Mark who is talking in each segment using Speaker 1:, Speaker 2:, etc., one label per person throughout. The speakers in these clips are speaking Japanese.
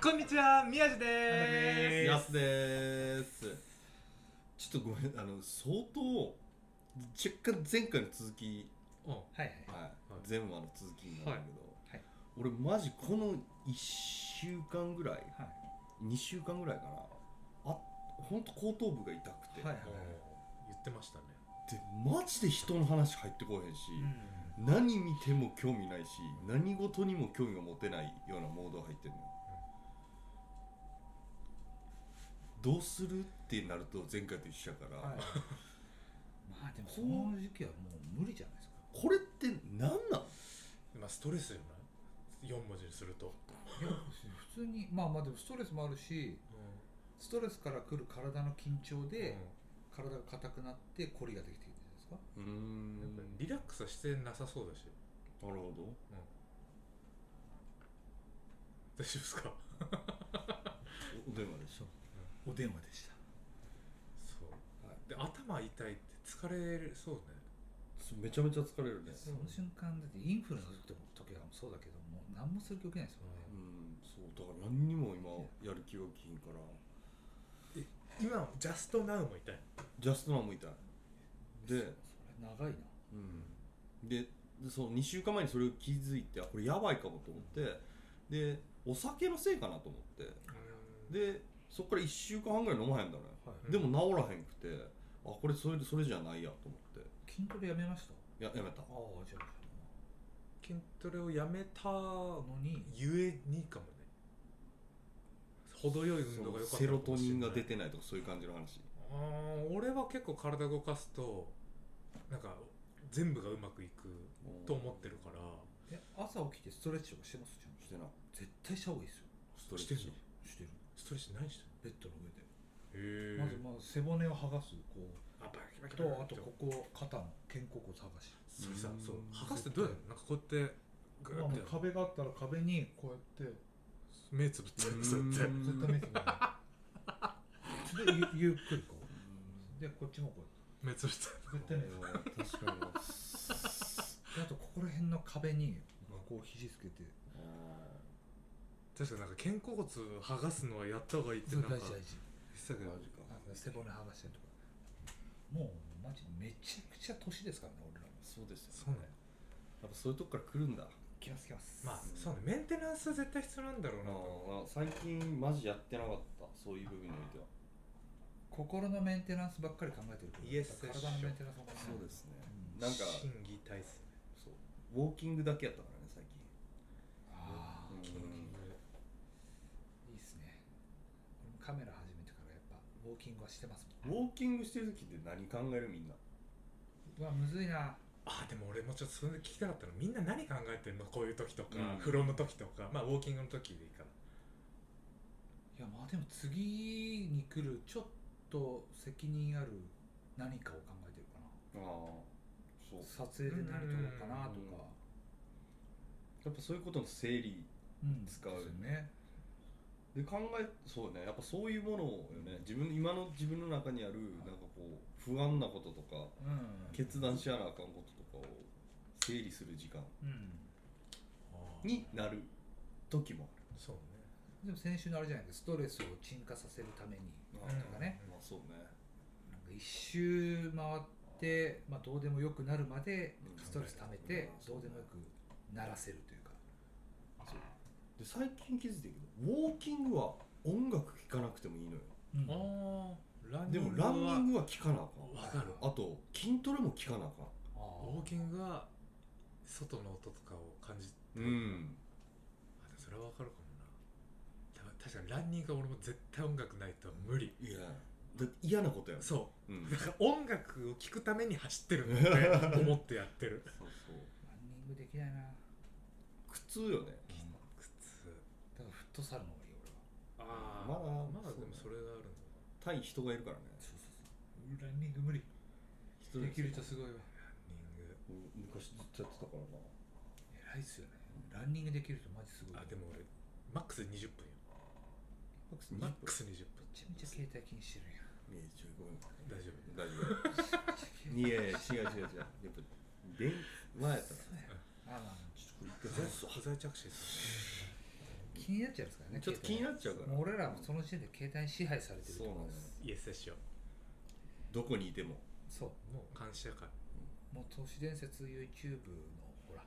Speaker 1: こんにちは、宮地で
Speaker 2: や
Speaker 1: ー
Speaker 2: す
Speaker 1: す。
Speaker 2: ですちょっとごめんあの相当若干前回の続き、
Speaker 1: うん、はい
Speaker 3: はい
Speaker 2: はい
Speaker 1: はい
Speaker 2: 前話の続きになるんだ
Speaker 3: は
Speaker 2: けど、
Speaker 3: い
Speaker 2: 俺マジこの1週間ぐらい
Speaker 3: はい
Speaker 2: 2週間ぐらいかなあほんと後頭部が痛くて、
Speaker 3: はい
Speaker 1: 言ってましたね。
Speaker 2: でマジで人の話入ってこへんし、
Speaker 3: うん
Speaker 2: 何見ても興味ないし何事にも興味が持てないようなモード入ってるのよ、どうするってなると前回と一緒やから、
Speaker 3: はいまあでもこの時期はもう無理じゃないですか
Speaker 2: これって何なん
Speaker 1: 今ストレスじゃない四文字にすると。
Speaker 3: いや普通にまあまあでもストレスもあるしストレスから来る体の緊張で
Speaker 1: で、
Speaker 3: 体が硬くなってコリができてるんじゃないですか
Speaker 2: うー
Speaker 1: うんん、
Speaker 2: な
Speaker 1: やっ
Speaker 2: る
Speaker 1: ぱりリラックスはしてなさそうだし。
Speaker 2: ほど
Speaker 1: うん、大丈夫ですか。
Speaker 2: おお電話でし
Speaker 3: そうお電話でした
Speaker 1: そう。
Speaker 2: はい
Speaker 1: で頭痛いって疲れそうね。
Speaker 2: ょめちゃめちゃ疲れるね
Speaker 3: その瞬間だってインフルの時も時はそうだけどもう何もする気起きないですもんね
Speaker 2: うんそうだから何にも今やる気が起きひんから
Speaker 1: 今ジャストナウも痛い。
Speaker 2: ジャストナーも痛いで
Speaker 3: それ長いな
Speaker 2: うん、ででその2週間前にそれを気づいてあこれやばいかもと思ってでお酒のせいかなと思って
Speaker 1: で、
Speaker 2: でそこから1週間半ぐらい飲まへんだね、
Speaker 3: はい
Speaker 2: でも治らへんくてあこれそれそれじゃないやと思って
Speaker 3: 筋トレやめました
Speaker 2: いややめた
Speaker 3: ああじゃあ
Speaker 1: 筋トレをやめた
Speaker 3: そのに
Speaker 1: ゆえにかもね。程よい運動が良かった
Speaker 2: セロトニンが
Speaker 1: て
Speaker 2: 出てないとかそういう感じの話
Speaker 1: あー俺は結構体動かすとなんか全部がうまくいくと思ってるから
Speaker 3: え朝起きてストレッチとかしてますじゃん
Speaker 2: してない
Speaker 3: 絶対した方がいいですよ
Speaker 2: ストレッ
Speaker 1: して
Speaker 2: チ
Speaker 1: んの
Speaker 3: してる
Speaker 1: ストレッチ何して
Speaker 3: ベッドの上で
Speaker 1: んの
Speaker 3: まずまず背骨を剥がすこう
Speaker 1: あバキバキ
Speaker 3: と
Speaker 1: バキバ
Speaker 3: あ
Speaker 1: キ
Speaker 3: とここ肩の肩甲骨剥がし
Speaker 1: それさ
Speaker 2: うん
Speaker 1: そう剥がすってどうやるのなんかこうやってグ
Speaker 3: まあ
Speaker 1: ー
Speaker 3: も
Speaker 1: っ
Speaker 3: う
Speaker 1: て
Speaker 3: 壁があったら壁にこうやって
Speaker 1: 目つぶって
Speaker 2: うん
Speaker 1: そうやって
Speaker 2: うん
Speaker 3: 絶対目つぶらないでゆゆっくりこうでこっちもこう
Speaker 1: 目つぶって
Speaker 3: 絶対目つぶらな
Speaker 2: あー確かにあ
Speaker 3: いであとここら辺の壁にこう肘つけて
Speaker 1: 確かなんか肩甲骨剥がすのはやった方がいいって
Speaker 3: そ
Speaker 1: な
Speaker 3: うん
Speaker 1: か
Speaker 3: 大
Speaker 1: 言っ
Speaker 3: 事大事
Speaker 1: てたけ
Speaker 2: ーマ
Speaker 1: ど
Speaker 2: ジか
Speaker 3: あの背骨剥がしてるとかもうマジめちゃくちゃ年ですからね俺らも
Speaker 2: そうです
Speaker 1: そ
Speaker 2: よ
Speaker 1: う
Speaker 2: ね
Speaker 1: ね
Speaker 2: やっぱそういうとこから来るんだ
Speaker 3: きますきます
Speaker 1: まあそうねメンテナンスは絶対必要なんだろうなと
Speaker 2: あー最近マジやってなかったそういう部分においては
Speaker 3: 心のメンテナンスばっかり考えてるけど
Speaker 1: イエス
Speaker 3: 体のメンテナンスも考えてる
Speaker 2: そうですね
Speaker 3: うん
Speaker 2: なんか
Speaker 1: 心技体制
Speaker 2: そうウォーキングだけやったからね最近
Speaker 3: ああ
Speaker 2: うん
Speaker 3: いいですね俺もカメラ始めてからやっぱウォーキングはしてますもん
Speaker 2: ウォーキングしてる時って何考えるみんな
Speaker 3: うわむずいな
Speaker 1: あでも俺もちょっとそれで聞きたかったのみんな何考えてんのこういう時とか、
Speaker 2: うん
Speaker 1: 風呂の時とかまあウォーキングの時でいいから
Speaker 3: いやまあでも次に来るちょっと責任ある何かを考えてるかな
Speaker 2: ああそう
Speaker 3: 撮影で何撮ろうかなとか
Speaker 2: やっぱそういうことの整理
Speaker 3: うん
Speaker 2: 使うよね
Speaker 3: ですね
Speaker 2: で考えそうねやっぱそういうものをよね自分今の自分の中にあるなんかこう不安なこととか
Speaker 3: うん
Speaker 2: 決断しやなあかんこととかを整理する時間
Speaker 3: うん
Speaker 2: になる時も
Speaker 1: そうね
Speaker 3: でも先週のあれじゃないですかストレスを沈下させるために
Speaker 2: あ
Speaker 1: う
Speaker 2: る
Speaker 1: ん
Speaker 3: とかね
Speaker 2: まあそうね
Speaker 3: なんか一周回って、まあ、どうでもよくなるまで
Speaker 2: うん
Speaker 3: ストレス溜めて
Speaker 2: うん
Speaker 3: どうでもよくならせるというか
Speaker 2: そうで最近気づいてるけどウォーキングは音楽聴かなくてもいいのよ
Speaker 3: うん
Speaker 1: ああランニ
Speaker 2: で
Speaker 1: ン
Speaker 2: も
Speaker 1: グは
Speaker 2: ランニングは聴かなあ
Speaker 1: わ
Speaker 2: か
Speaker 1: かる
Speaker 2: んあと筋トレも聴かなあかん
Speaker 3: あ
Speaker 1: ウォー
Speaker 3: ー
Speaker 1: キングは外の音とかを感じ
Speaker 2: うん
Speaker 1: あでもそれはわかるかもなた確かにランニングは俺も絶対音楽ないと無理
Speaker 2: いやだって嫌なことやもん
Speaker 1: そ
Speaker 2: うん
Speaker 1: うだから音楽を聴くために走ってるんだって思ってやっ てる
Speaker 2: そうそう
Speaker 3: ランニングできないなだか
Speaker 2: 苦痛よね
Speaker 1: 苦痛
Speaker 3: らフットサルの方がいい俺は
Speaker 1: ああ
Speaker 2: まだ
Speaker 1: まだでもそ
Speaker 2: そう
Speaker 1: れがある
Speaker 2: 対人がいるからね
Speaker 3: そうそうそうランニング無理
Speaker 2: 一人
Speaker 3: できる人すごいわ
Speaker 1: のランニング
Speaker 2: うん昔ずっとやってたからな
Speaker 3: 偉いっすよねランニングできる人マジすごい
Speaker 1: あでも俺マックスで20分よ
Speaker 2: マックス
Speaker 1: マックス20分
Speaker 3: めちゃめちゃ携帯気にしてるやん
Speaker 2: いやちょいごめん
Speaker 1: 大丈
Speaker 2: 夫大丈夫いやいや違う違う違うやっぱ電前やったら
Speaker 3: そうやあまあまあちょっと
Speaker 2: これ一回全部
Speaker 1: 不在着手です
Speaker 3: 気になっちゃいますからね
Speaker 2: ちょっと気になっちゃうから
Speaker 3: もう俺らもその時点で携帯に支配されてる
Speaker 2: そうなんです
Speaker 1: イエスセッション
Speaker 2: どこにいても
Speaker 3: そう
Speaker 1: もう監視社会
Speaker 3: もう都市伝説 YouTube のほら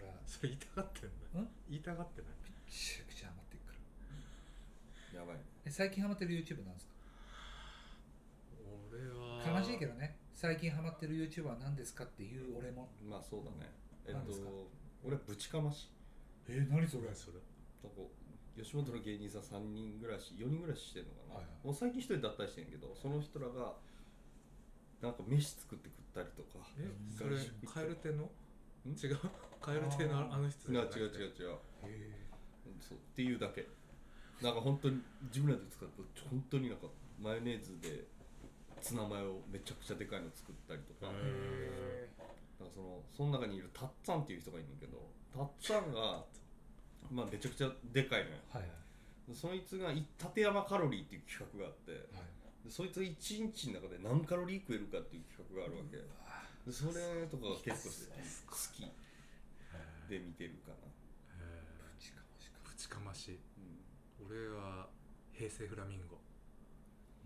Speaker 3: ほら
Speaker 1: それ言いたがってんの
Speaker 3: ん
Speaker 1: 言いたがってない
Speaker 3: めちゃくちゃハマっていくから
Speaker 2: やばい
Speaker 3: え最近ハマってる YouTube なんです
Speaker 1: 俺
Speaker 3: か
Speaker 1: は
Speaker 3: 悲しいけどね最近ハマってる YouTuber は何ですかっていう俺も
Speaker 2: まあそうだねえっ
Speaker 3: 何ですか
Speaker 2: と俺はぶちかまし
Speaker 3: え何そ
Speaker 1: 何それ
Speaker 2: なんか吉本の芸人さん3人暮らし4人暮らししてるの
Speaker 3: は
Speaker 2: かな、
Speaker 3: いはい
Speaker 2: もう最近1人脱退してんけどその人らがなんか飯作って食ったりとか
Speaker 1: え
Speaker 3: うん
Speaker 1: それカエル亭の違うカエル亭のあ
Speaker 3: あー
Speaker 1: あの人
Speaker 2: 違う
Speaker 1: じゃなくて
Speaker 2: 違う違う違う
Speaker 3: え
Speaker 2: そうっていうだけなんか本当に自分らで使うと本当になんかマヨネーズでツナマヨめちゃくちゃでかいの作ったりとか、
Speaker 1: へ
Speaker 2: なんか
Speaker 1: え
Speaker 2: そのその中にいるタッツァンっていう人がいるんだけどタッツァンがまあめちゃくちゃでかいのよ
Speaker 3: はいはい
Speaker 2: そいつがい立山カロリーっていう企画があってでそいつが1日の中で何カロリー食えるかっていう企画があるわけでそれとかが結構好きで見てるかな、
Speaker 1: へ
Speaker 3: ぶちかましか
Speaker 1: ーぶちかまし
Speaker 2: うん
Speaker 1: 俺は平成フラミンゴ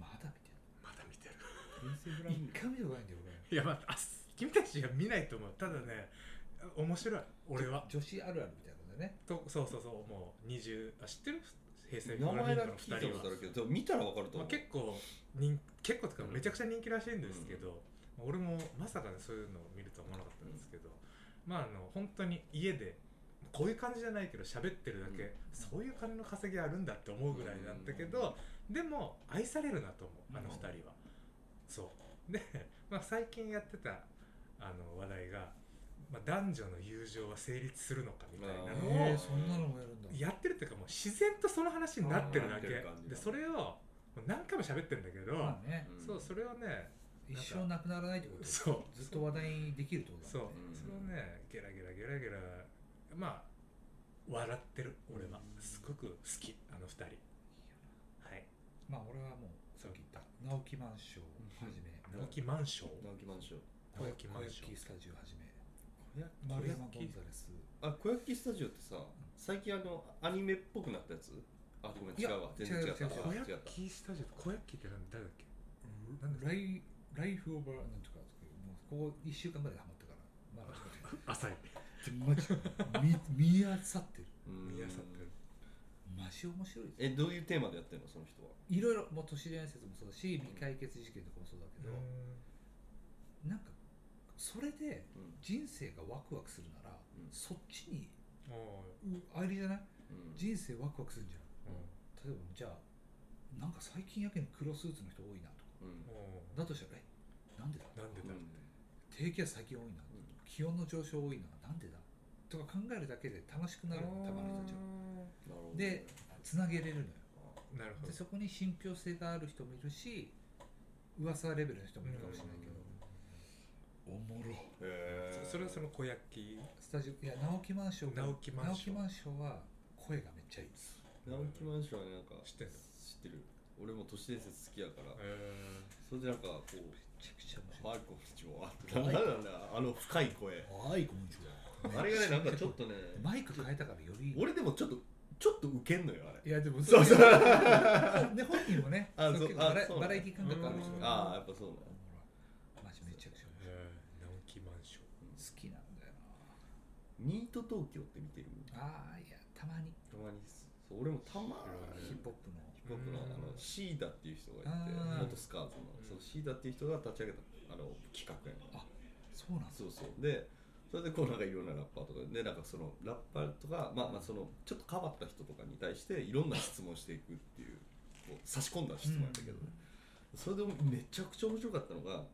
Speaker 3: まだ見てる
Speaker 1: まだ見てる
Speaker 3: 一回見たことないんだよ
Speaker 1: いやまああ君たちが見ないと思うただね面白い俺は
Speaker 3: 俺女子あるあるみたいなことでね
Speaker 1: とそうそうそうもう20あ知ってる平成フ
Speaker 2: 名
Speaker 1: ラミ
Speaker 2: 前
Speaker 1: ンゴ
Speaker 2: だ
Speaker 1: の
Speaker 2: け聞いた
Speaker 1: 2人
Speaker 2: こ
Speaker 1: は
Speaker 2: とあるけどでも見たらわかると
Speaker 1: まあ、
Speaker 2: 思う、
Speaker 1: 結構人結構とか
Speaker 2: うん
Speaker 1: めちゃくちゃ人気らしいんですけど、俺もまさかねそういうのを見るとは思わなかったんですけど、まああの本当に家でこういう感じじゃないけど喋ってるだけ、
Speaker 2: うん
Speaker 1: そういう金の稼ぎあるんだって思うぐらいなんだけど、でも愛されるなと思うあの
Speaker 3: うん
Speaker 1: 二人は、そうで、 まあ、最近やってたあの話題が、まあ、男女の友情は成立するのかみたいなのを、
Speaker 2: あー
Speaker 3: えーそんなのもやるんだ
Speaker 1: やってるっていうかもう自然とその話になってるだけ
Speaker 2: あーなってる感じ
Speaker 1: でそれをもう何回も喋ってるんだけど、
Speaker 3: まあね
Speaker 2: うん
Speaker 1: そうそれをね
Speaker 3: 一生なくならないってことです
Speaker 1: そう
Speaker 3: ずっと話題にできるってこと
Speaker 1: そう
Speaker 3: だもんね
Speaker 2: うん
Speaker 1: それをねゲラゲラゲラゲラまあ笑ってる俺は
Speaker 2: うん
Speaker 1: すごく好きあの二人はい
Speaker 3: まあ俺はもうさっき言った直木マンションをはじめ
Speaker 2: うん
Speaker 1: 直木マンション
Speaker 2: 直木マンション
Speaker 1: 直木マンショ
Speaker 3: 小
Speaker 1: ン
Speaker 3: 焼スタジオはじめ
Speaker 2: 小焼
Speaker 3: 丸山ゴンザレス
Speaker 2: あ小焼スタジオってさ最近あのアニメっぽくなったやつあごめん
Speaker 3: い
Speaker 2: 違
Speaker 3: や
Speaker 2: うわ全然違った
Speaker 3: 違う違
Speaker 1: 小
Speaker 2: あ違
Speaker 1: 焼
Speaker 2: った
Speaker 1: きスタジオって小焼きって何誰だっけなんだ
Speaker 3: ライライフオブラなんとかとかいうもうここ1週間ぐらいハマったからまだ
Speaker 1: 浅い
Speaker 3: マジ 見見あさってる
Speaker 2: うん
Speaker 1: 宮さんって
Speaker 3: マジ面白いです
Speaker 2: えどういうテーマでやってんのその人はい
Speaker 3: ろいろもう都市伝説もそうだし未解決事件とかもそうだけど、なんかそれで
Speaker 2: うん
Speaker 3: 人生がワクワクするなら、
Speaker 2: うん
Speaker 3: そっちに
Speaker 1: お
Speaker 3: うあれじゃない
Speaker 2: うん
Speaker 3: 人生ワクワクするんじゃん
Speaker 1: ー
Speaker 3: 例えばじゃあなんか最近やけに黒スーツの人多いなとか
Speaker 2: うん
Speaker 1: うん
Speaker 3: だとしたらえなんでだ
Speaker 1: なんで
Speaker 2: う
Speaker 1: だ
Speaker 2: ん
Speaker 3: 低気圧最近多いな気温の上昇多いななんでだとか考えるだけで楽しくなるのたまの人たちは
Speaker 2: なるほどね
Speaker 3: でつなげれるのよ
Speaker 1: なるほ
Speaker 3: で
Speaker 1: ど
Speaker 3: そこに信憑性がある人もいるし噂レベルの人もいるかもしれないけど、おもろ
Speaker 2: へー
Speaker 1: そそれはその小焼き
Speaker 3: スタジオいや直木マンションが
Speaker 1: 直木マンション
Speaker 3: 直木マンションは声がめっちゃいいです
Speaker 2: 直木マンションはねなんか
Speaker 1: 知ってんの
Speaker 2: 知ってる俺も都市伝説好きやから
Speaker 1: え
Speaker 2: それでなんかこう
Speaker 3: めちゃくちゃ面白い
Speaker 2: はいこんにちはなんだなんだあの深い声
Speaker 3: はいこんにち
Speaker 2: あれがねなんかちょっとね
Speaker 3: マイク変えたからより
Speaker 2: 俺でもちょっとちょっとウケんのよあれ
Speaker 3: いやでも
Speaker 2: そうそう
Speaker 3: で本人もね
Speaker 2: あ
Speaker 3: そう
Speaker 2: そう
Speaker 3: 結構バラ
Speaker 2: あそう
Speaker 3: バラエティ感覚ある人
Speaker 1: うん
Speaker 3: が
Speaker 2: ああやっぱそうなの
Speaker 3: おもろいマジめちゃくちゃ面白い
Speaker 1: え直木マンション
Speaker 3: 好きなんだよな
Speaker 2: ニート東京って見てる
Speaker 3: ああいやたまに
Speaker 2: たまにそう俺もたま
Speaker 1: うん
Speaker 3: ヒ
Speaker 2: に
Speaker 3: ップホップの
Speaker 2: 僕のあの
Speaker 1: うん
Speaker 2: シーダっていう人がいて
Speaker 3: あー
Speaker 2: 元スカーズの
Speaker 1: うん
Speaker 2: そうシーダっていう人が立ち上げたあの企画やね
Speaker 3: あそうなんです
Speaker 2: そうそうでそれでこうなんかいろんなラッパーとかでなんかそのラッパーとかまあまあそのちょっと変わった人とかに対していろんな質問していくっていうこう差し込んだ質問やったけどね、それでもめちゃくちゃ面白かったのが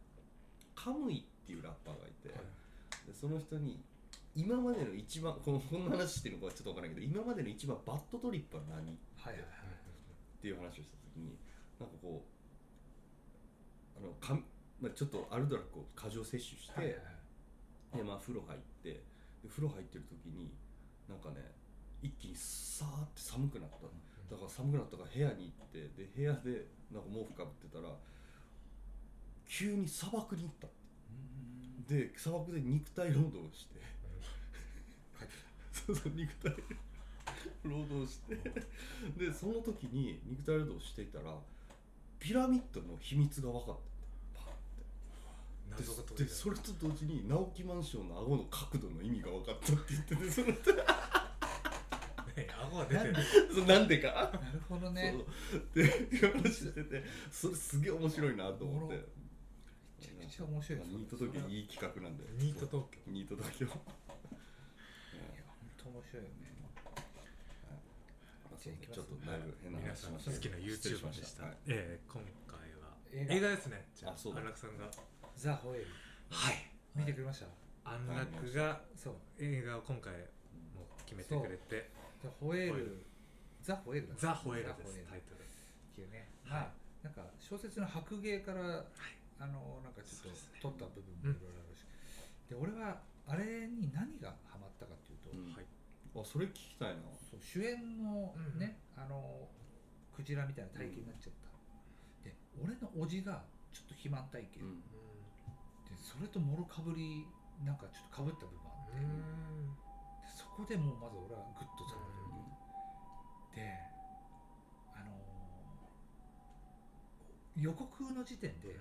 Speaker 2: カムイっていうラッパーがいて、でその人に今までの一番このこんな話してるのかはちょっとわからないけど今までの一番バッドトリップは何っ
Speaker 3: はいはいはい
Speaker 2: ていう話をした時になんかこうあのか、まあ、ちょっとアルドラックを過剰摂取して、
Speaker 3: はいはいはい
Speaker 2: でまあ風呂入ってで風呂入ってる時になんかね一気にさーって寒くなっただから寒くなったから部屋に行ってで部屋でなんか毛布かぶってたら急に砂漠に行った
Speaker 3: うん
Speaker 2: で砂漠で肉体労働をして
Speaker 1: う
Speaker 2: そうそう肉体労働してでその時に肉体労働していたらピラミッドの秘密が分かったパッて
Speaker 1: 謎が
Speaker 2: で
Speaker 1: 解け
Speaker 2: でそ
Speaker 1: た
Speaker 2: れと同時に直木マンションの顎の角度の意味が分かったって言っててその
Speaker 1: ね顎が出てる
Speaker 2: そのなんでか
Speaker 3: なるほどね
Speaker 2: そうっていう話しててそれすげえ面白いなと思って
Speaker 3: めちゃくちゃ面白いですね
Speaker 2: ニート東京いい企画なんで
Speaker 1: ニート東京
Speaker 2: ニート東京 ね
Speaker 3: いや本当面白いよね
Speaker 2: まあそうですねちょっとだいぶ変な
Speaker 1: 皆
Speaker 2: 話
Speaker 1: さ
Speaker 2: し
Speaker 1: ん
Speaker 2: ま
Speaker 1: 好
Speaker 2: した
Speaker 1: き
Speaker 2: け
Speaker 1: な
Speaker 2: ど
Speaker 1: YouTuber でした
Speaker 2: はい
Speaker 1: ええ今回は
Speaker 3: 映画
Speaker 1: 映画ですねじゃ
Speaker 2: あそう
Speaker 1: あ
Speaker 2: だ
Speaker 1: 安楽さんが
Speaker 3: ザ・ホエール
Speaker 1: はい
Speaker 3: 見てくれました
Speaker 1: 安楽が
Speaker 3: そう
Speaker 1: 映画を今回もう決めてくれて
Speaker 3: ザ・ホエー
Speaker 1: ホエー
Speaker 3: ルザ・ホエールだ
Speaker 1: 「ザ・ホエール」
Speaker 3: ザ
Speaker 1: で
Speaker 3: ホ
Speaker 1: す
Speaker 3: エー
Speaker 1: タイトル
Speaker 3: っていうね
Speaker 1: はい
Speaker 3: まあなんか小説の白芸から、あのなんかち
Speaker 1: そ
Speaker 3: ょ
Speaker 1: う
Speaker 3: っ
Speaker 1: ですね
Speaker 3: と取った部分もいろいろあるし、で俺はあれに何がハマったかっていうと、
Speaker 2: うん
Speaker 1: はい
Speaker 2: あそれ聞きたいな
Speaker 3: そう主演の
Speaker 1: うん
Speaker 3: ね、あのクジラみたいな体型になっちゃった、で俺のおじがちょっと肥満体型、
Speaker 2: う
Speaker 3: で
Speaker 2: ん
Speaker 3: それともろかぶりなんかちょっとかぶった部分あって、
Speaker 1: う
Speaker 3: で
Speaker 1: ん
Speaker 3: そこでもうまず俺はグッとつかまれる、であの予告の時点で、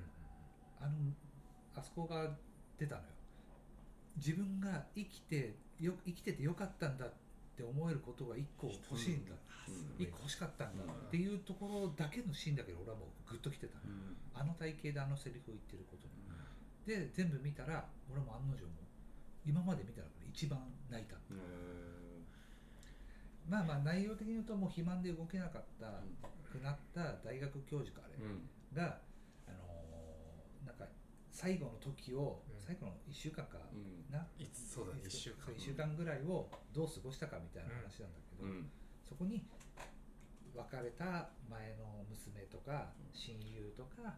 Speaker 3: あのあそこが出たのよ自分が生きてよ生きててよかったんだって思えることが1個欲しいんだ
Speaker 2: うん
Speaker 3: 1個欲しかったんだ
Speaker 2: うん
Speaker 3: っていうところだけのシーンだけど俺はもうグッときてたのよ
Speaker 2: うん
Speaker 3: あの体型であのセリフを言ってることにで全部見たら俺も案の定も今まで見た中で一番泣いたの
Speaker 2: へ
Speaker 3: まあまあ内容的に言うともう肥満で動けなかった
Speaker 2: ー
Speaker 3: くなった大学教授かあれ、
Speaker 2: うん
Speaker 3: が、あのーなんか最後の時を、
Speaker 1: うん
Speaker 3: 最後の1週間か
Speaker 2: うん
Speaker 3: な、
Speaker 1: いつそうだね
Speaker 3: えー
Speaker 1: 1週間
Speaker 3: そう一週間ぐらいをどう過ごしたかみたいな話なんだけど、
Speaker 2: うん
Speaker 3: そこに別れた前の娘とか
Speaker 2: うん
Speaker 3: 親友とか、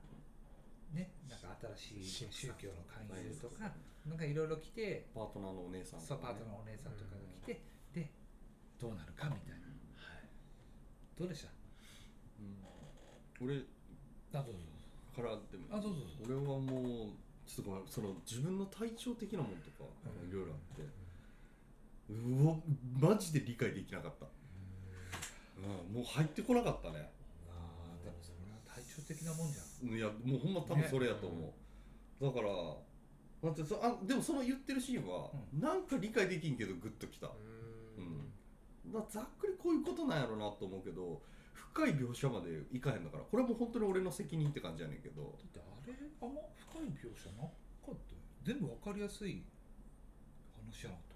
Speaker 3: ね、なんか新しい
Speaker 1: 新婦さ
Speaker 3: 宗教
Speaker 1: ん
Speaker 3: の勧誘とかなんかいろいろ来て
Speaker 2: パートナーのお姉さん
Speaker 3: そうパートナーのお姉さんとかが来て、でどうなるかみたいなどうでした
Speaker 2: うん俺
Speaker 3: あどうぞ
Speaker 2: からでも
Speaker 3: あどうぞどうぞ
Speaker 2: 俺はもうちょっとごめんその自分の体調的なものとか
Speaker 1: うん
Speaker 2: いろいろあってうわマジで理解できなかった、うん、もう入ってこなかったね
Speaker 3: あーでもそれは体調的なもんじゃん
Speaker 2: いやもうほんま多分それやと思う、だからだってそあでもその言ってるシーンは、
Speaker 3: う
Speaker 2: なんか理解できんけどグッときた、うんだからざっくりこういうことなんやろなと思うけど深い描写までいかへんだからこれはもう本当に俺の責任って感じやねんけど
Speaker 3: だってあれあんま深い描写なかったよ全部わかりやすい話やなかっ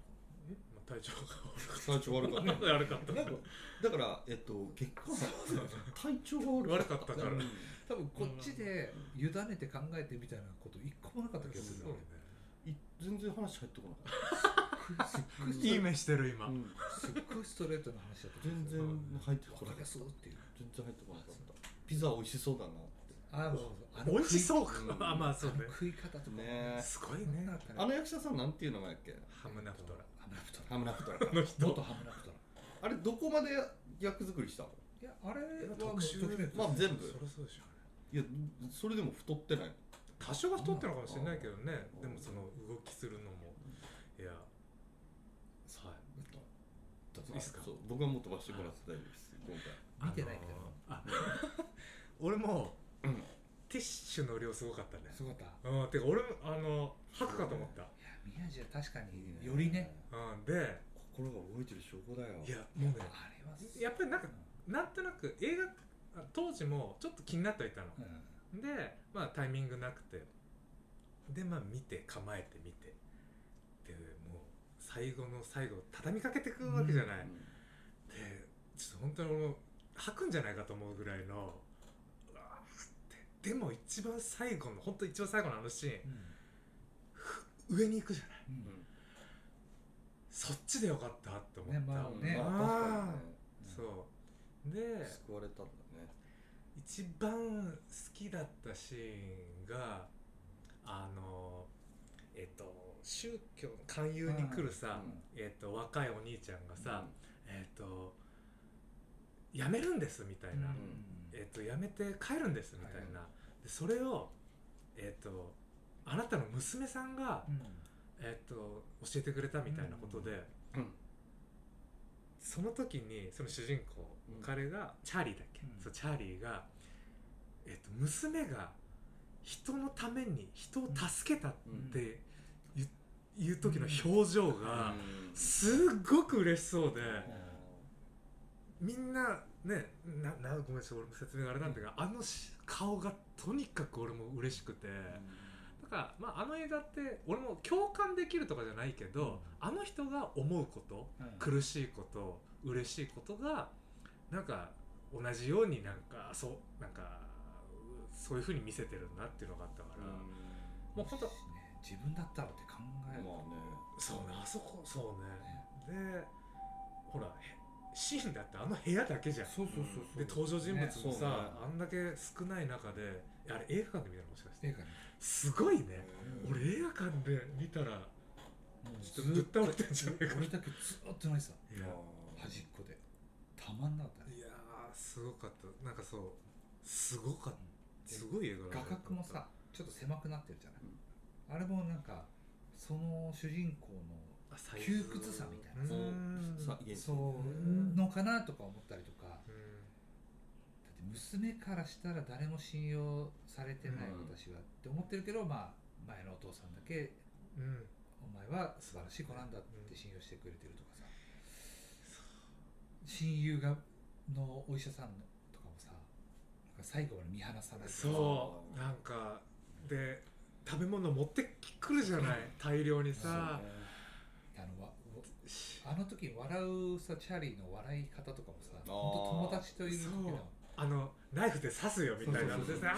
Speaker 3: たかなえ
Speaker 1: まあ体調
Speaker 2: 体
Speaker 1: が
Speaker 2: 調悪 かった
Speaker 1: 悪かった
Speaker 2: なんかだから、えっと、結果体調が悪かった
Speaker 1: 悪かったから
Speaker 2: うん
Speaker 3: 多分こっちで委ねて考えてみたいなこと一個もなかった気がする
Speaker 1: そうね
Speaker 2: い全然話入ってこなかっ
Speaker 3: すっごい
Speaker 1: いい目してる今
Speaker 2: た、うん
Speaker 3: すっごいストレートな話だった
Speaker 2: 全然入って
Speaker 3: わか
Speaker 2: こな
Speaker 3: りや
Speaker 2: かった
Speaker 3: すいっていう
Speaker 2: 全然入ってこなかったピザ美味しそうだなって
Speaker 3: ああもうあの
Speaker 1: 美味しそうか
Speaker 2: うん
Speaker 1: あまあそう
Speaker 3: 食い
Speaker 1: ね
Speaker 3: あの食い方とか
Speaker 2: ね
Speaker 1: すごい
Speaker 3: ね
Speaker 1: ね
Speaker 3: なんかね
Speaker 2: あの役者さんなんていう名前やっけ
Speaker 1: ハムナプトラ
Speaker 3: ハムナプトラ
Speaker 2: ハムナプトラか
Speaker 1: の人
Speaker 3: 元ハムナプトラ
Speaker 2: あれどこまで役作りしたの
Speaker 3: いやあれはもう
Speaker 1: 特集
Speaker 3: 特別
Speaker 2: まあ全部
Speaker 1: そりゃそうでしょ
Speaker 2: いやそれでも太ってない
Speaker 1: 多少は太ってるのかもしれないけどね
Speaker 2: うん
Speaker 1: でもその動きするのもいやはいいいっすか
Speaker 2: そう僕はもっとばしてもらって大丈夫です今
Speaker 3: 見てないけど
Speaker 1: あ のーあ俺も
Speaker 2: うん
Speaker 1: ティッシュの量すごかったね
Speaker 3: すごかったい
Speaker 1: うんてか俺もあの吐くかと思った
Speaker 3: や宮地は確かに
Speaker 2: 回
Speaker 3: よりね
Speaker 1: うんで
Speaker 2: 心が動いてる証拠だよ
Speaker 1: いやもうね
Speaker 3: あれはす
Speaker 1: やっぱりなんかなんとなく映画あ当時もちょっと気になってはいたの
Speaker 3: うんうん
Speaker 1: でまあタイミングなくてでまあ見て構えて見てでもう最後の最後畳みかけてくわけじゃない、でちょっと本当に俺も吐くんじゃないかと思うぐらいのうわーってでも一番最後の本当一番最後のあのシーン上に行くじゃない
Speaker 3: うん
Speaker 1: そっちでよかったって思った、
Speaker 3: ねまあ
Speaker 2: うん
Speaker 3: ね
Speaker 2: まあ確か
Speaker 1: そうで
Speaker 2: にね救われたんだね
Speaker 1: 一番好きだったシーンがあのえっと宗教の勧誘に来るさ、
Speaker 2: うん
Speaker 1: えっと若いお兄ちゃんがさ、えっと辞めるんですみたいな、
Speaker 2: ん
Speaker 1: えっと辞めて帰るんですみたいな、でそれをえっとあなたの娘さんが、
Speaker 3: うん
Speaker 1: えっと教えてくれたみたいなことで、
Speaker 2: うん
Speaker 1: その時にその主人公、
Speaker 2: うん
Speaker 1: 彼がチャーリーだっけ、
Speaker 3: うん
Speaker 1: そうチャーリーが、えっと、娘が人のために人を助けたって言,、う言う時の表情がすっごく嬉しそうで、みんなねななごめんなさい俺も説明があれなんだけど、あのし顔がとにかく俺も嬉しくて。だから、まあ、あの映画って俺も共感できるとかじゃないけど、あの人が思うこと苦しいこと嬉しいことがなんか同じようになんかそうなんかうそういうふうに見せてるんだっていうのがあったから、もう本当
Speaker 3: ね自分だったらって考える、
Speaker 1: そうねあそこそうねでほらへシーンだってあの部屋だけじゃん
Speaker 3: そうそうそうそう
Speaker 1: で登場人物も
Speaker 3: ね
Speaker 1: さ、
Speaker 2: そうね
Speaker 1: あんだけ少ない中であれ映画館で見たのもしかして
Speaker 3: 映画ね
Speaker 1: すごいね、俺映画館で見たら
Speaker 3: もう
Speaker 1: ちょっとぶっ倒れてんじゃねえか
Speaker 3: 俺だけずーっと泣いてた
Speaker 1: いや
Speaker 3: 端っこでたまんなかったね
Speaker 1: いやーすごかったなんかそうすごかったすごい映画だ
Speaker 3: 画
Speaker 1: な
Speaker 3: 角もさちょっと狭くなってるじゃない、あれもなんかその主人公
Speaker 1: あサイズ
Speaker 3: 窮屈さみたいな
Speaker 1: う
Speaker 2: そう
Speaker 1: ん
Speaker 3: の
Speaker 2: さ現地
Speaker 3: そうのかなとか思ったりとかだっ
Speaker 1: うん
Speaker 3: て娘からしたら誰も信用されてない
Speaker 2: うん
Speaker 3: 私はって思ってるけど、まあ前のお父さんだけ
Speaker 1: うん
Speaker 3: お前は素晴らしい子なんだって信用してくれてるとかさ、親友がのお医者さんのとかもさなんか最後まで見放さないとかさ
Speaker 1: そうなんかで食べ物持ってくるじゃない大量にさ
Speaker 3: あのわあの時笑うさチャーリーの笑い方とかもさ
Speaker 2: あー
Speaker 3: 本当友達といる時の
Speaker 1: あのナイフで刺すよみたいなのでさ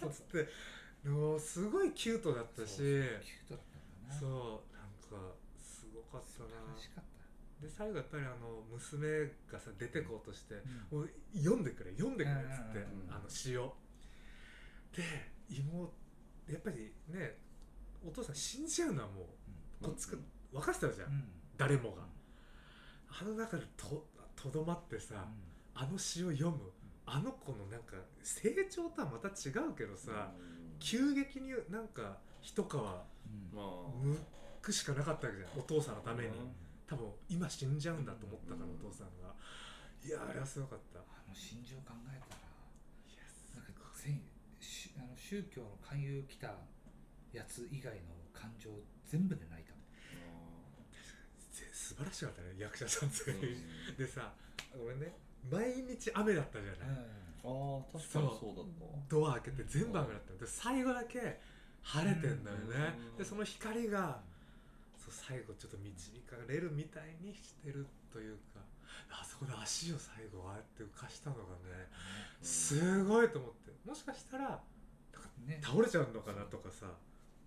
Speaker 3: そう
Speaker 1: つってもうすごいキュートだったし
Speaker 3: そうキュートだったんだな
Speaker 1: そうなんかすごかった
Speaker 3: 素
Speaker 1: な
Speaker 3: 晴らしかった
Speaker 1: で最後やっぱりあの娘がさ出てこうとして、
Speaker 3: うん
Speaker 1: もう読んでくれ読んでくれっつって、
Speaker 3: うん
Speaker 2: うんうん
Speaker 1: あの詩をで妹やっぱりねお父さん死んじゃうのはもうこっちか分かってたじゃ
Speaker 3: う
Speaker 1: ん、
Speaker 3: ん
Speaker 1: 誰もがあの中でととどまってさ、あの詩を読むあの子のなんか成長とはまた違うけどさ、急激になんか一皮
Speaker 3: うん
Speaker 2: ま
Speaker 1: むくしかなかったわけじゃんお父さんのために、
Speaker 2: うん
Speaker 1: 多分今死んじゃうんだと思ったから、
Speaker 2: うん
Speaker 1: お父さんがいやあれはすごかったい
Speaker 3: あの心情考えたらな
Speaker 1: や
Speaker 3: んか全しあの宗教の勧誘来たやつ以外の感情全部で泣いたの
Speaker 1: ぜ素晴らしかったね役者さんという、でさごめんね毎日雨だったじゃない、
Speaker 2: ああ確かにそうだった
Speaker 1: ドア開けて全部雨だったので最後だけ晴れてんだよね、
Speaker 2: うん
Speaker 1: でその光がそう最後ちょっと導かれるみたいにしてるというかあそこで足を最後ああやって浮かしたのがねすごいと思ってもしかしたら
Speaker 3: ね
Speaker 1: 倒れちゃうのかなとかさ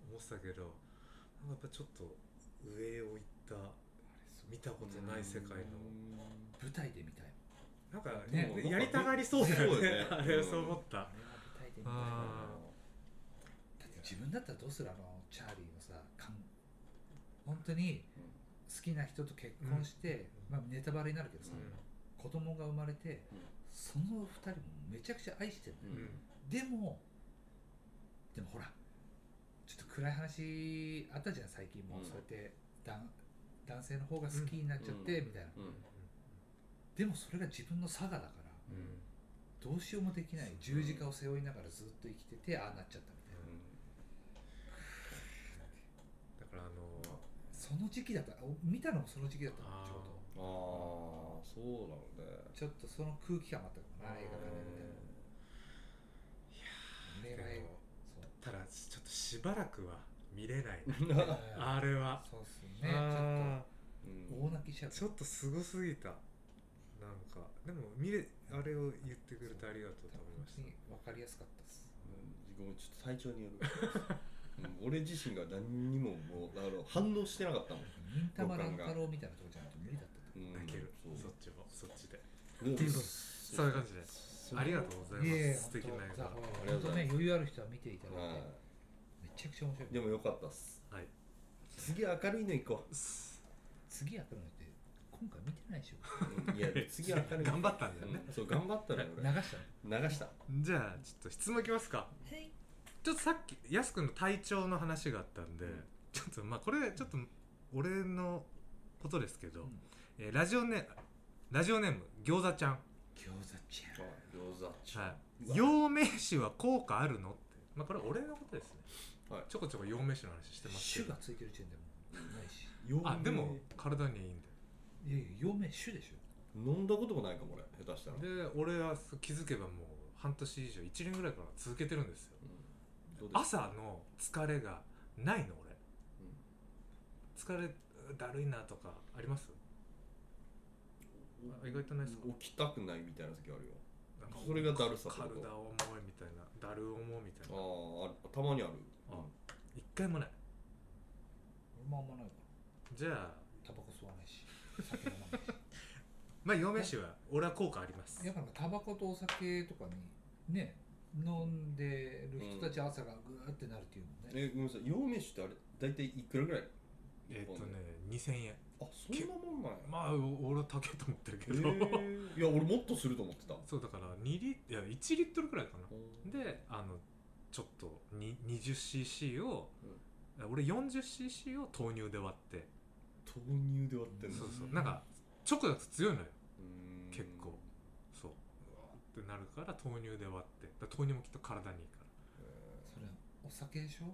Speaker 1: 思ってたけどなんかやっぱちょっと上を行った見たことない世界の
Speaker 3: 舞台で見たいも
Speaker 1: なんか、
Speaker 3: ね
Speaker 1: やりたがりそうだよ
Speaker 2: そう
Speaker 1: ね
Speaker 2: だよね
Speaker 1: あれそう思った
Speaker 3: ん、あれは舞台で見たい
Speaker 1: あ
Speaker 3: なだっ
Speaker 1: ー
Speaker 3: て自分だったらどうするあのチャーリーのさ感本当に好きな人と結婚して、
Speaker 1: う
Speaker 3: ま
Speaker 1: ん
Speaker 3: あ、ネタバレになるけどさ、
Speaker 1: う
Speaker 3: 子供が生まれて、
Speaker 2: うん
Speaker 3: その2人もめちゃくちゃ愛してるのよ、でもでもほらちょっと暗い話あったじゃん最近も、
Speaker 2: うん
Speaker 3: そうやって男男性の方が好きになっちゃって、
Speaker 2: うん
Speaker 3: みたいなでもそれが自分の差がだから
Speaker 1: んうん
Speaker 3: どうしようもできない十字架を背負いながらずっと生きててああなっちゃったみたいな、
Speaker 1: だからあの
Speaker 3: その時期だったお見たのもその時期だったのちょうど
Speaker 2: ああそうなのね
Speaker 3: ちょっとその空気感もあったかもな映画館で見たの恋愛をそう
Speaker 1: ただちょっとしばらくは見れない
Speaker 3: あ
Speaker 1: な あれは
Speaker 3: そうっすよね
Speaker 1: あ
Speaker 3: ちょっと大泣きしちゃう
Speaker 1: ーちょっとすごすぎたなんかでも見れあれを言ってくれてありがとうと
Speaker 3: 本
Speaker 1: 思いまし
Speaker 3: 当
Speaker 1: た
Speaker 3: に分かりやすかったっす
Speaker 2: ごめんちょっと体調によるうん俺自身が何にももうあの反応してなかったもん、
Speaker 3: 忍たま乱太郎みたいなとこじゃないと無理だったと
Speaker 2: うん
Speaker 1: 泣ける
Speaker 2: そう
Speaker 1: そっちもそっちで
Speaker 2: もう
Speaker 1: っていうこと
Speaker 2: そ
Speaker 1: そういう感じで
Speaker 2: そ
Speaker 1: ありがとうございます
Speaker 3: いえいえ
Speaker 1: 素敵な映
Speaker 3: 本
Speaker 1: 画
Speaker 2: あ
Speaker 3: 当
Speaker 2: りがと
Speaker 3: 本
Speaker 2: うご
Speaker 3: 当
Speaker 2: ざいます
Speaker 3: ね余裕ある人は見ていただいて
Speaker 2: は
Speaker 3: めちゃくちゃ面白
Speaker 2: い
Speaker 3: い
Speaker 2: でもよかったっす
Speaker 1: はい
Speaker 2: 次明るいの行こ
Speaker 3: 次やったのって今回見てないでしょ
Speaker 2: ういや次明るいの
Speaker 1: 頑張ったんだよね
Speaker 2: うんそう頑張ったのよ
Speaker 3: 流したの
Speaker 2: 俺流した
Speaker 1: じゃあちょっと質問いきますか
Speaker 3: はい
Speaker 1: ちょっとさっきやすくんの体調の話があったんで、
Speaker 2: うん
Speaker 1: ちょっとまあこれちょっと俺のことですけど、
Speaker 3: うん
Speaker 1: えーラジオネラジオネーム餃子ちゃん、
Speaker 3: 餃子ちゃん
Speaker 2: 餃子ちゃん
Speaker 1: は
Speaker 2: う
Speaker 1: い、
Speaker 2: わ
Speaker 1: 陽明酒は効果あるのって、まあ、これ俺のことですね、
Speaker 2: はい
Speaker 1: ちょこちょこ陽明酒の話してます
Speaker 3: 種
Speaker 1: けど
Speaker 3: がついてる時点でもうないし
Speaker 2: 陽明
Speaker 1: あでも体にいいんだよ
Speaker 3: いやいや陽明酒でしょ
Speaker 2: 飲んだこともないかも俺下手したら、うん
Speaker 1: で俺は気づけばもう半年以上1年ぐらいから続けてるんですよ
Speaker 2: どうですか
Speaker 1: 朝の疲れがないの俺
Speaker 2: うん
Speaker 1: 疲れだるいなとかありますあ意外とないですか
Speaker 2: 起きたくないみたいな時あるよ
Speaker 1: なんか
Speaker 2: それがだるさって
Speaker 1: 体
Speaker 2: こと
Speaker 1: 重いみたいなだる重みたいな
Speaker 2: あーあるたまにある
Speaker 1: あ一回もない
Speaker 3: 俺もあんまないから
Speaker 1: じゃあ
Speaker 3: タバコ吸わないし酒飲まないし
Speaker 1: まあ陽明酒は俺は効果ありま す
Speaker 3: やっぱなんかタバコとお酒とかにね飲んでる人たち朝がグーってなるっていうのね、
Speaker 2: えごめんなさい陽明酒ってあれ大体いくらぐらい
Speaker 1: えっとね2000円
Speaker 2: あそんなもんなんや
Speaker 1: まあお俺は高いと思ってるけ
Speaker 2: へ
Speaker 1: ど、
Speaker 2: ーいや俺もっとすると思ってた
Speaker 1: そうだから2リいや1リットルくらいかな
Speaker 2: うん
Speaker 1: であのちょっとに 20cc を
Speaker 2: うん、
Speaker 1: 俺 40cc を豆乳で割って
Speaker 2: 豆乳で割ってんの
Speaker 1: そうそう
Speaker 3: うん
Speaker 1: なんかチョコだと強いのよ
Speaker 2: うーん
Speaker 1: 結構そううわーってなるから豆乳で割ってだから豆乳もきっと体にいいから
Speaker 2: へ
Speaker 3: それお酒でしょ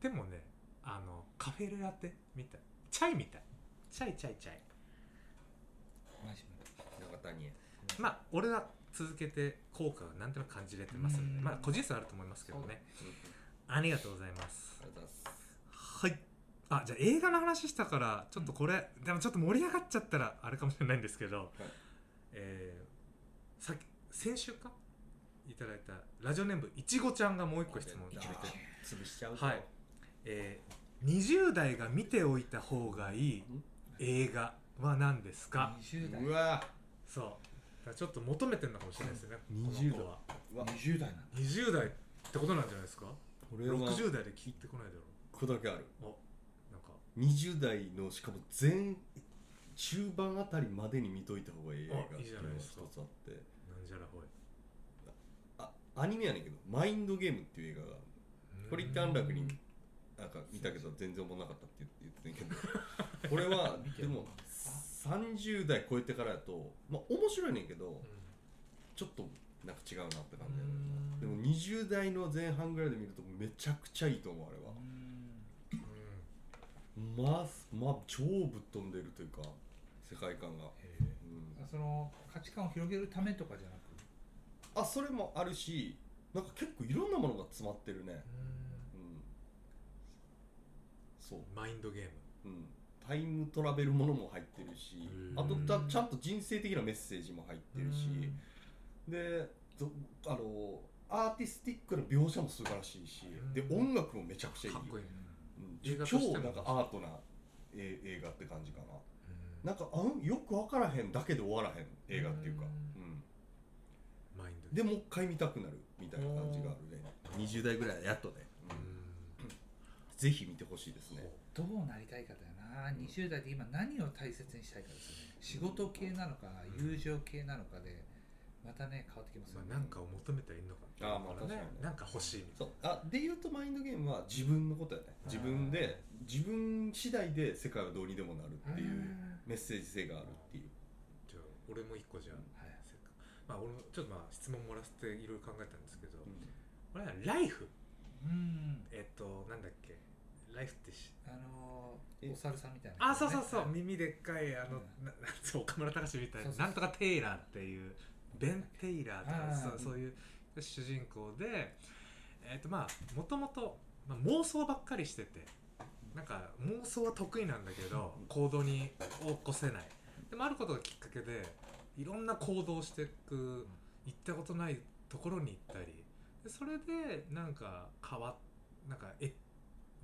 Speaker 1: でもねあのカフェラテみたいチャイみたいチャイチャイチャイ
Speaker 3: マジ
Speaker 2: ー中谷へ
Speaker 1: まあ俺は続けて効果は何となく感じれてますの
Speaker 3: う
Speaker 1: で
Speaker 3: ん
Speaker 1: まあ個人差あると思いますけどねありがとうございます
Speaker 2: ありがとうございます
Speaker 1: はいあじゃあ映画の話したからちょっとこれ、でもちょっと盛り上がっちゃったらあれかもしれないんですけど、えーさ先週かいただいたラジオネームいちごちゃんがもう一個質問を
Speaker 2: い
Speaker 1: い
Speaker 2: ち
Speaker 1: た
Speaker 2: ご
Speaker 1: だ
Speaker 2: ちゃ
Speaker 1: い
Speaker 2: ん
Speaker 1: て
Speaker 2: 潰しちゃう
Speaker 1: はいえー、20代が見ておいた方がいい映画は何ですか、
Speaker 3: 20代
Speaker 2: うわ
Speaker 1: そうだからちょっと求めてるのかもしれないですね
Speaker 2: 20代
Speaker 1: この子は
Speaker 2: うわ
Speaker 3: 20代なんだ
Speaker 1: 20代ってことなんじゃないですか
Speaker 2: 俺は
Speaker 1: 60代で聞いてこないだろ
Speaker 2: ここだけある
Speaker 1: うあなんか
Speaker 2: 20代のしかも前中盤あたりまでに見といた方がいい映画っていうのが一つあって
Speaker 1: なんじゃらほい
Speaker 2: あアニメやねんけど「マインドゲーム」っていう映画があるこれ一段落になんか見たけど全然おもんなかったって言ってたんやけどこれ は
Speaker 3: 見て
Speaker 2: で
Speaker 3: る
Speaker 2: も30代超えてからやとまあ面白いねんけ
Speaker 1: う
Speaker 2: ど
Speaker 1: ん
Speaker 2: ちょっとなんか違うなって感じやね
Speaker 1: うん
Speaker 2: んでも20代の前半ぐらいで見るとめちゃくちゃいいと思うあれは
Speaker 1: うん
Speaker 2: まあまあ超ぶっ飛んでるというか世界観が、
Speaker 3: へ
Speaker 2: う
Speaker 3: え
Speaker 2: ん、
Speaker 3: あその価値観を広げるためとかじゃなく
Speaker 2: あそれもあるしなんか結構いろんなものが詰まってるねうんそう
Speaker 1: マインドゲーム
Speaker 2: うん、タイムトラベルものも入ってるし
Speaker 1: うん
Speaker 2: あとたちゃんと人生的なメッセージも入ってるしでどあのアーティスティックな描写も素晴らしいしで
Speaker 1: うん
Speaker 2: 音楽もめちゃくちゃいい
Speaker 1: かっこいいね
Speaker 2: うん
Speaker 1: 映画と
Speaker 2: 超
Speaker 1: しても
Speaker 2: なんかアートなえ映画って感じかなな
Speaker 1: な
Speaker 2: んかあんよく分からへんだけで終わらへん映画っていうか、うん、
Speaker 1: マインドゲーム
Speaker 2: でもう一回見たくなるみたいな感じがあるね20代ぐらいはやっとね、うんぜひ見てほしいですね
Speaker 3: どうなりたいかだよな
Speaker 2: うん
Speaker 3: 20代で今何を大切にしたいかですよね仕事系なのか
Speaker 1: うん
Speaker 3: 友情系なのかでまたね変わってきます
Speaker 1: ま
Speaker 3: よね
Speaker 1: あなんかを求めてはいいのか
Speaker 2: あーまあ
Speaker 1: だか
Speaker 2: 確
Speaker 1: ら
Speaker 2: かにね
Speaker 1: なんか欲しいみたい
Speaker 2: そうあで言うとマインドゲームは自分のことやね自分で自分次第で世界はどうにでもなるっていうメッセージ性があるっていう
Speaker 1: なじゃあ俺も一個じゃあ
Speaker 3: はい
Speaker 1: せっかまあ俺もちょっとまあ質問もらせていろいろ考えたんですけど
Speaker 2: うん
Speaker 1: 俺はライフ
Speaker 3: うん
Speaker 1: えっとなんだっけライフってし
Speaker 3: あの
Speaker 2: え
Speaker 3: ー、お猿さんみたいな、
Speaker 1: あそうそうそう耳でっかいあの
Speaker 3: うん
Speaker 1: ななんつう岡村隆史みたい
Speaker 3: そう
Speaker 1: な
Speaker 3: そうそう
Speaker 1: なんとかテイラーっていうベン・テイラーと
Speaker 3: あ
Speaker 1: か
Speaker 3: ー
Speaker 1: そうそういう主人公でえっとまあもともとまあ妄想ばっかりしててなんか妄想は得意なんだけ ど
Speaker 2: うん
Speaker 1: 行動にを起こせないでもあることがきっかけでいろんな行動をしていく行ったことないところに行ったりでそれでなんか変わっなんかえ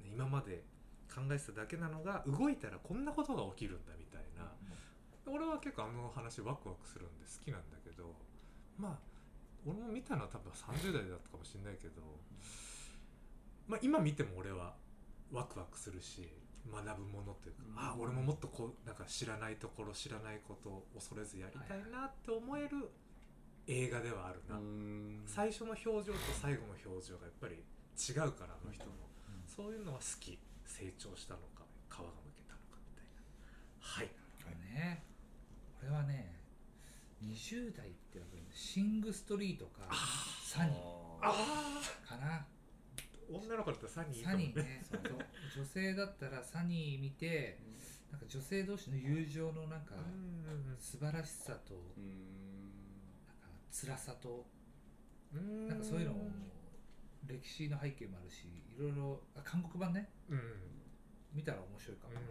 Speaker 1: 今まで考えてただけなのが動いたらこんなことが起きるんだみたいな俺は結構あの話ワクワクするんで好きなんだけどまあ俺も見たのは多分30代だったかもしれないけど、まあ、今見ても俺はワクワクするし学ぶものというか、
Speaker 2: うん
Speaker 1: ああ俺ももっとこうなんか知らないところ知らないことを恐れずやりたいなって思える映画ではあるな、
Speaker 2: うん
Speaker 1: 最初の表情と最後の表情がやっぱり違うからあの人のそういうのは好き成長したのか皮がむけたのかみたいなはい
Speaker 3: ね俺はね20代ってわけでシングストリートかサニー
Speaker 2: あ
Speaker 1: あ
Speaker 3: かな
Speaker 1: ー女の子だったらサニーか
Speaker 3: サ
Speaker 1: も
Speaker 3: ニ
Speaker 1: ね
Speaker 3: ーねそう女性だったらサニー見てなんか女性同士の友情のなんか
Speaker 1: うん
Speaker 3: 素晴らしさと
Speaker 2: うーん
Speaker 3: なんか辛さと
Speaker 1: うんうん
Speaker 3: なんかそういうのを歴史の背景もあるしいろいろあ韓国版ね
Speaker 1: うん
Speaker 3: 見たら面白いかもな、
Speaker 1: う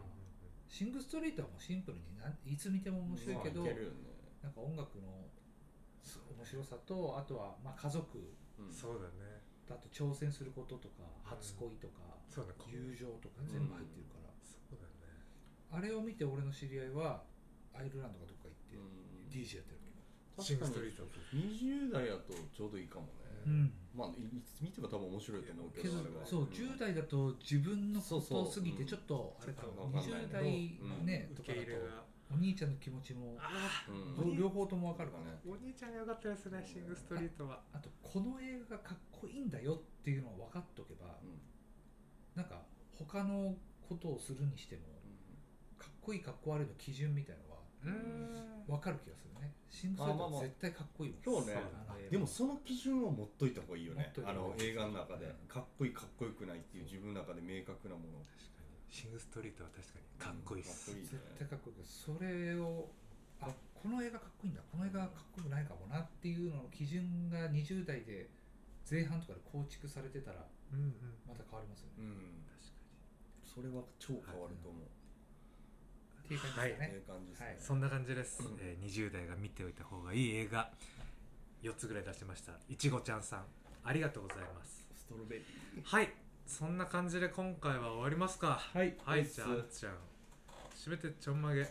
Speaker 3: シングストリートはもうシンプルにないつ見ても面白いけど、
Speaker 2: まあいけるよね
Speaker 3: なんか音楽の面白さとあとはまあ家族
Speaker 2: うん
Speaker 1: んそうだね
Speaker 3: だと挑戦することとか
Speaker 1: ん
Speaker 3: 初恋とか
Speaker 1: そうだね
Speaker 3: 友情とか全部入ってるから、
Speaker 1: そうだね
Speaker 3: あれを見て俺の知り合いはアイルランドかどっか行って、
Speaker 2: うん
Speaker 3: DJ やってるけど
Speaker 1: シングストリート
Speaker 2: 20代だとちょうどいいかもね、
Speaker 3: うん
Speaker 2: まあいいつ見ても多分面白いと思うけ
Speaker 3: け
Speaker 2: ど
Speaker 3: ど
Speaker 2: あれは
Speaker 3: そう、
Speaker 2: ん
Speaker 3: 10代だと自分のこ
Speaker 2: そう
Speaker 3: と
Speaker 2: そう
Speaker 3: すぎ
Speaker 2: う
Speaker 3: て
Speaker 2: ん
Speaker 3: ちょっとあれか
Speaker 1: ちょっ
Speaker 2: と
Speaker 3: も、
Speaker 2: わかんない
Speaker 3: 20
Speaker 2: けど
Speaker 3: 代ね、
Speaker 1: 受
Speaker 3: とか
Speaker 1: け
Speaker 3: だ
Speaker 1: 入
Speaker 3: と
Speaker 1: れが
Speaker 3: お兄ちゃんの気持ちも
Speaker 1: あ
Speaker 2: う
Speaker 1: お
Speaker 2: ん
Speaker 1: 兄
Speaker 3: 両方ともわかるかな、
Speaker 2: ね
Speaker 1: ーお兄ちゃんが良かったですねシングストリートは
Speaker 3: あとこの映画がかっこいいんだよっていうのを分かっとけば、なんか他のことをするにしてもかっこいいかっこ悪いの基準みたいのは
Speaker 1: う
Speaker 2: うん
Speaker 1: ん
Speaker 3: 分かる気がするねシングストリートは絶対かっこいいもん、
Speaker 2: 今日ね
Speaker 3: あの映画
Speaker 2: でもその基準を持っといた方がいいよ
Speaker 3: 持
Speaker 2: ね
Speaker 3: っとい
Speaker 2: あ
Speaker 3: た方
Speaker 2: の
Speaker 3: がいい
Speaker 2: 映画の中
Speaker 3: う
Speaker 2: で
Speaker 3: ん
Speaker 2: かっこいいかっこよくないっていう自分の中で明確なもの
Speaker 1: 確かにシングストリートは確かにかっこいいっす
Speaker 2: うん
Speaker 1: う
Speaker 2: かっ
Speaker 1: ん
Speaker 2: こ
Speaker 3: 絶対かっこいいけどそれをあこの映画かっこいいんだこの映画かっこよくないかもなっていうのの基準が20代で前半とかで構築されてたら
Speaker 1: うん
Speaker 3: また変わりますよね、
Speaker 2: うん
Speaker 1: 確か
Speaker 2: それは超変わると思う
Speaker 3: っていう感じですか
Speaker 1: は
Speaker 3: ね、
Speaker 2: ええ感じですね
Speaker 3: はい
Speaker 1: にそんな感じです
Speaker 2: うん
Speaker 1: えー20代が見ておいた方がいい映画4つぐらい出しましたいちごちゃんさんありがとうございます
Speaker 2: ストロベリー
Speaker 1: はいそんな感じで今回は終わりますか
Speaker 2: はい
Speaker 1: はいじゃああっちゃん締めてちょんまげ